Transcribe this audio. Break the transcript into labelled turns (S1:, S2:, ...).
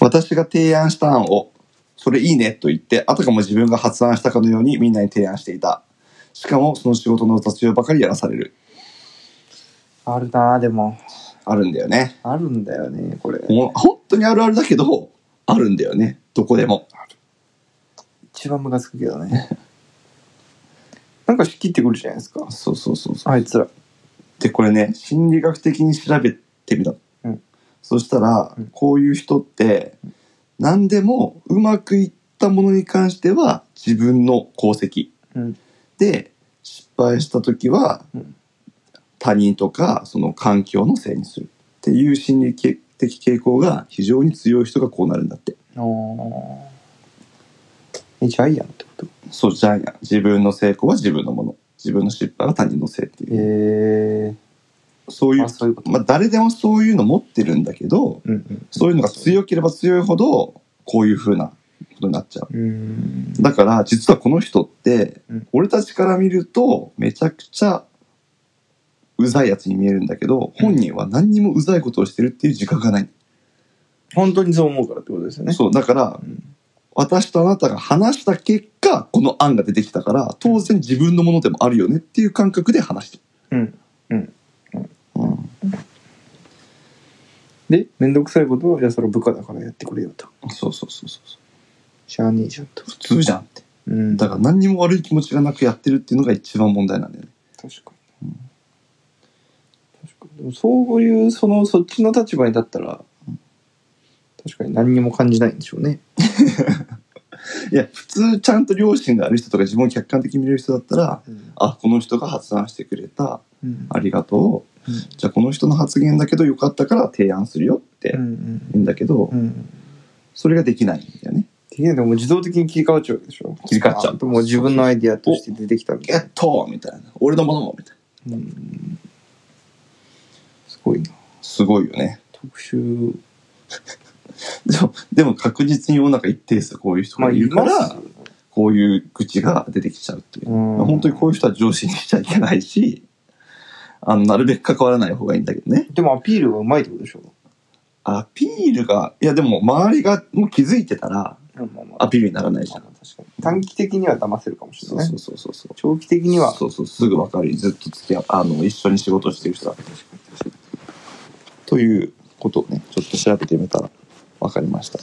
S1: 私が提案した案を、それいいねと言って、あたかも自分が発案したかのようにみんなに提案していた。しかもその仕事の雑用ばかりやらされる。
S2: あるなぁでも
S1: あるんだよね。
S2: あるんだよねこれ
S1: もう本当にあるあるだけど、あるんだよね。どこでも。
S2: 一番ムカつくけど ねなんか仕切ってくるじゃないですか
S1: そうそうそうそう。
S2: あいつら
S1: で、これね、心理学的に調べてみた。
S2: うん
S1: そしたら、
S2: うん
S1: こういう人って、何でもうまくいったものに関しては自分の功績。
S2: うん
S1: で、失敗した時は
S2: うん
S1: 他人とかその環境のせいにするっていう心理的傾向が非常に強い人がこうなるんだって。
S2: おーえジャイアンってこと
S1: そうじゃんや。自分の成功は自分のもの。自分の失敗は他人のせいって
S2: え
S1: いう。
S2: え
S1: そうい
S2: ー、
S1: う
S2: あ、そういうこと、
S1: まあ誰でもそういうの持ってるんだけど、
S2: うんうん
S1: そういうのが強ければ強いほど、こういう風なことになっちゃう。
S2: うーん
S1: だから、実はこの人って
S2: うん、
S1: 俺たちから見ると、めちゃくちゃ、うざいやつに見えるんだけど、
S2: うん
S1: 本人は何にもうざいことをしてるっていう自覚がない。
S2: 本当にそう思うからってことですよね
S1: そう、だから、
S2: うん
S1: 私とあなたが話した結果、この案が出てきたから、当然自分のものでもあるよねっていう感覚で話して
S2: うん
S1: る。うん。
S2: で面倒くさいことはじゃあそれ部下だからやってくれよと
S1: そうそうそうそう。
S2: しゃあねえじゃんと
S1: 普通じゃんって。
S2: うん
S1: だから何にも悪い気持ちがなくやってるっていうのが一番問題なんだよね。
S2: 確かに、確かにでもそういうそのそっちの立場に立ったら、確かに何にも感じないんでしょうね
S1: いや、普通ちゃんと良心がある人とか自分を客観的に見れる人だったら、
S2: うん、
S1: あ、この人が発案してくれた、
S2: うん
S1: ありがとう。
S2: うん
S1: じゃあこの人の発言だけどよかったから提案するよって
S2: う
S1: 言
S2: ん
S1: うんだけど、
S2: うん
S1: それができないんだよね。
S2: できないでもう自動的に切り替わっちゃうわけでしょ
S1: 切り替わっちゃう
S2: あともう自分のアイディアとして出てきたみ
S1: ゲ
S2: たい
S1: ットみたいな。俺のものみたいな。
S2: な、うん、すごいな
S1: すごいよね。
S2: 特集
S1: でも、でも確実に世の中一定数こういう人がいるか
S2: ま
S1: ら
S2: す、
S1: こういう愚痴が出てきちゃうっていう。
S2: うん
S1: 本当にこういう人は上司にしちゃいけないし、あの、なるべく関わらない方がいいんだけどね。
S2: でもアピールがうまいってことでしょ
S1: アピールが、いやでも周りがもう気づいてたら
S2: まあまあまあ
S1: アピールにならないじ
S2: ま
S1: ゃ
S2: あ
S1: ん。
S2: まあ確かに短期的には騙せるかもしれ
S1: そ
S2: な
S1: う
S2: い、
S1: そ
S2: ね
S1: う、そうそうそう。
S2: 長期的には
S1: そうそう、すぐ分かる。ずっと付き合う、あの、一緒に仕事してる人だ。ということをね、ちょっと調べてみたら分かりました。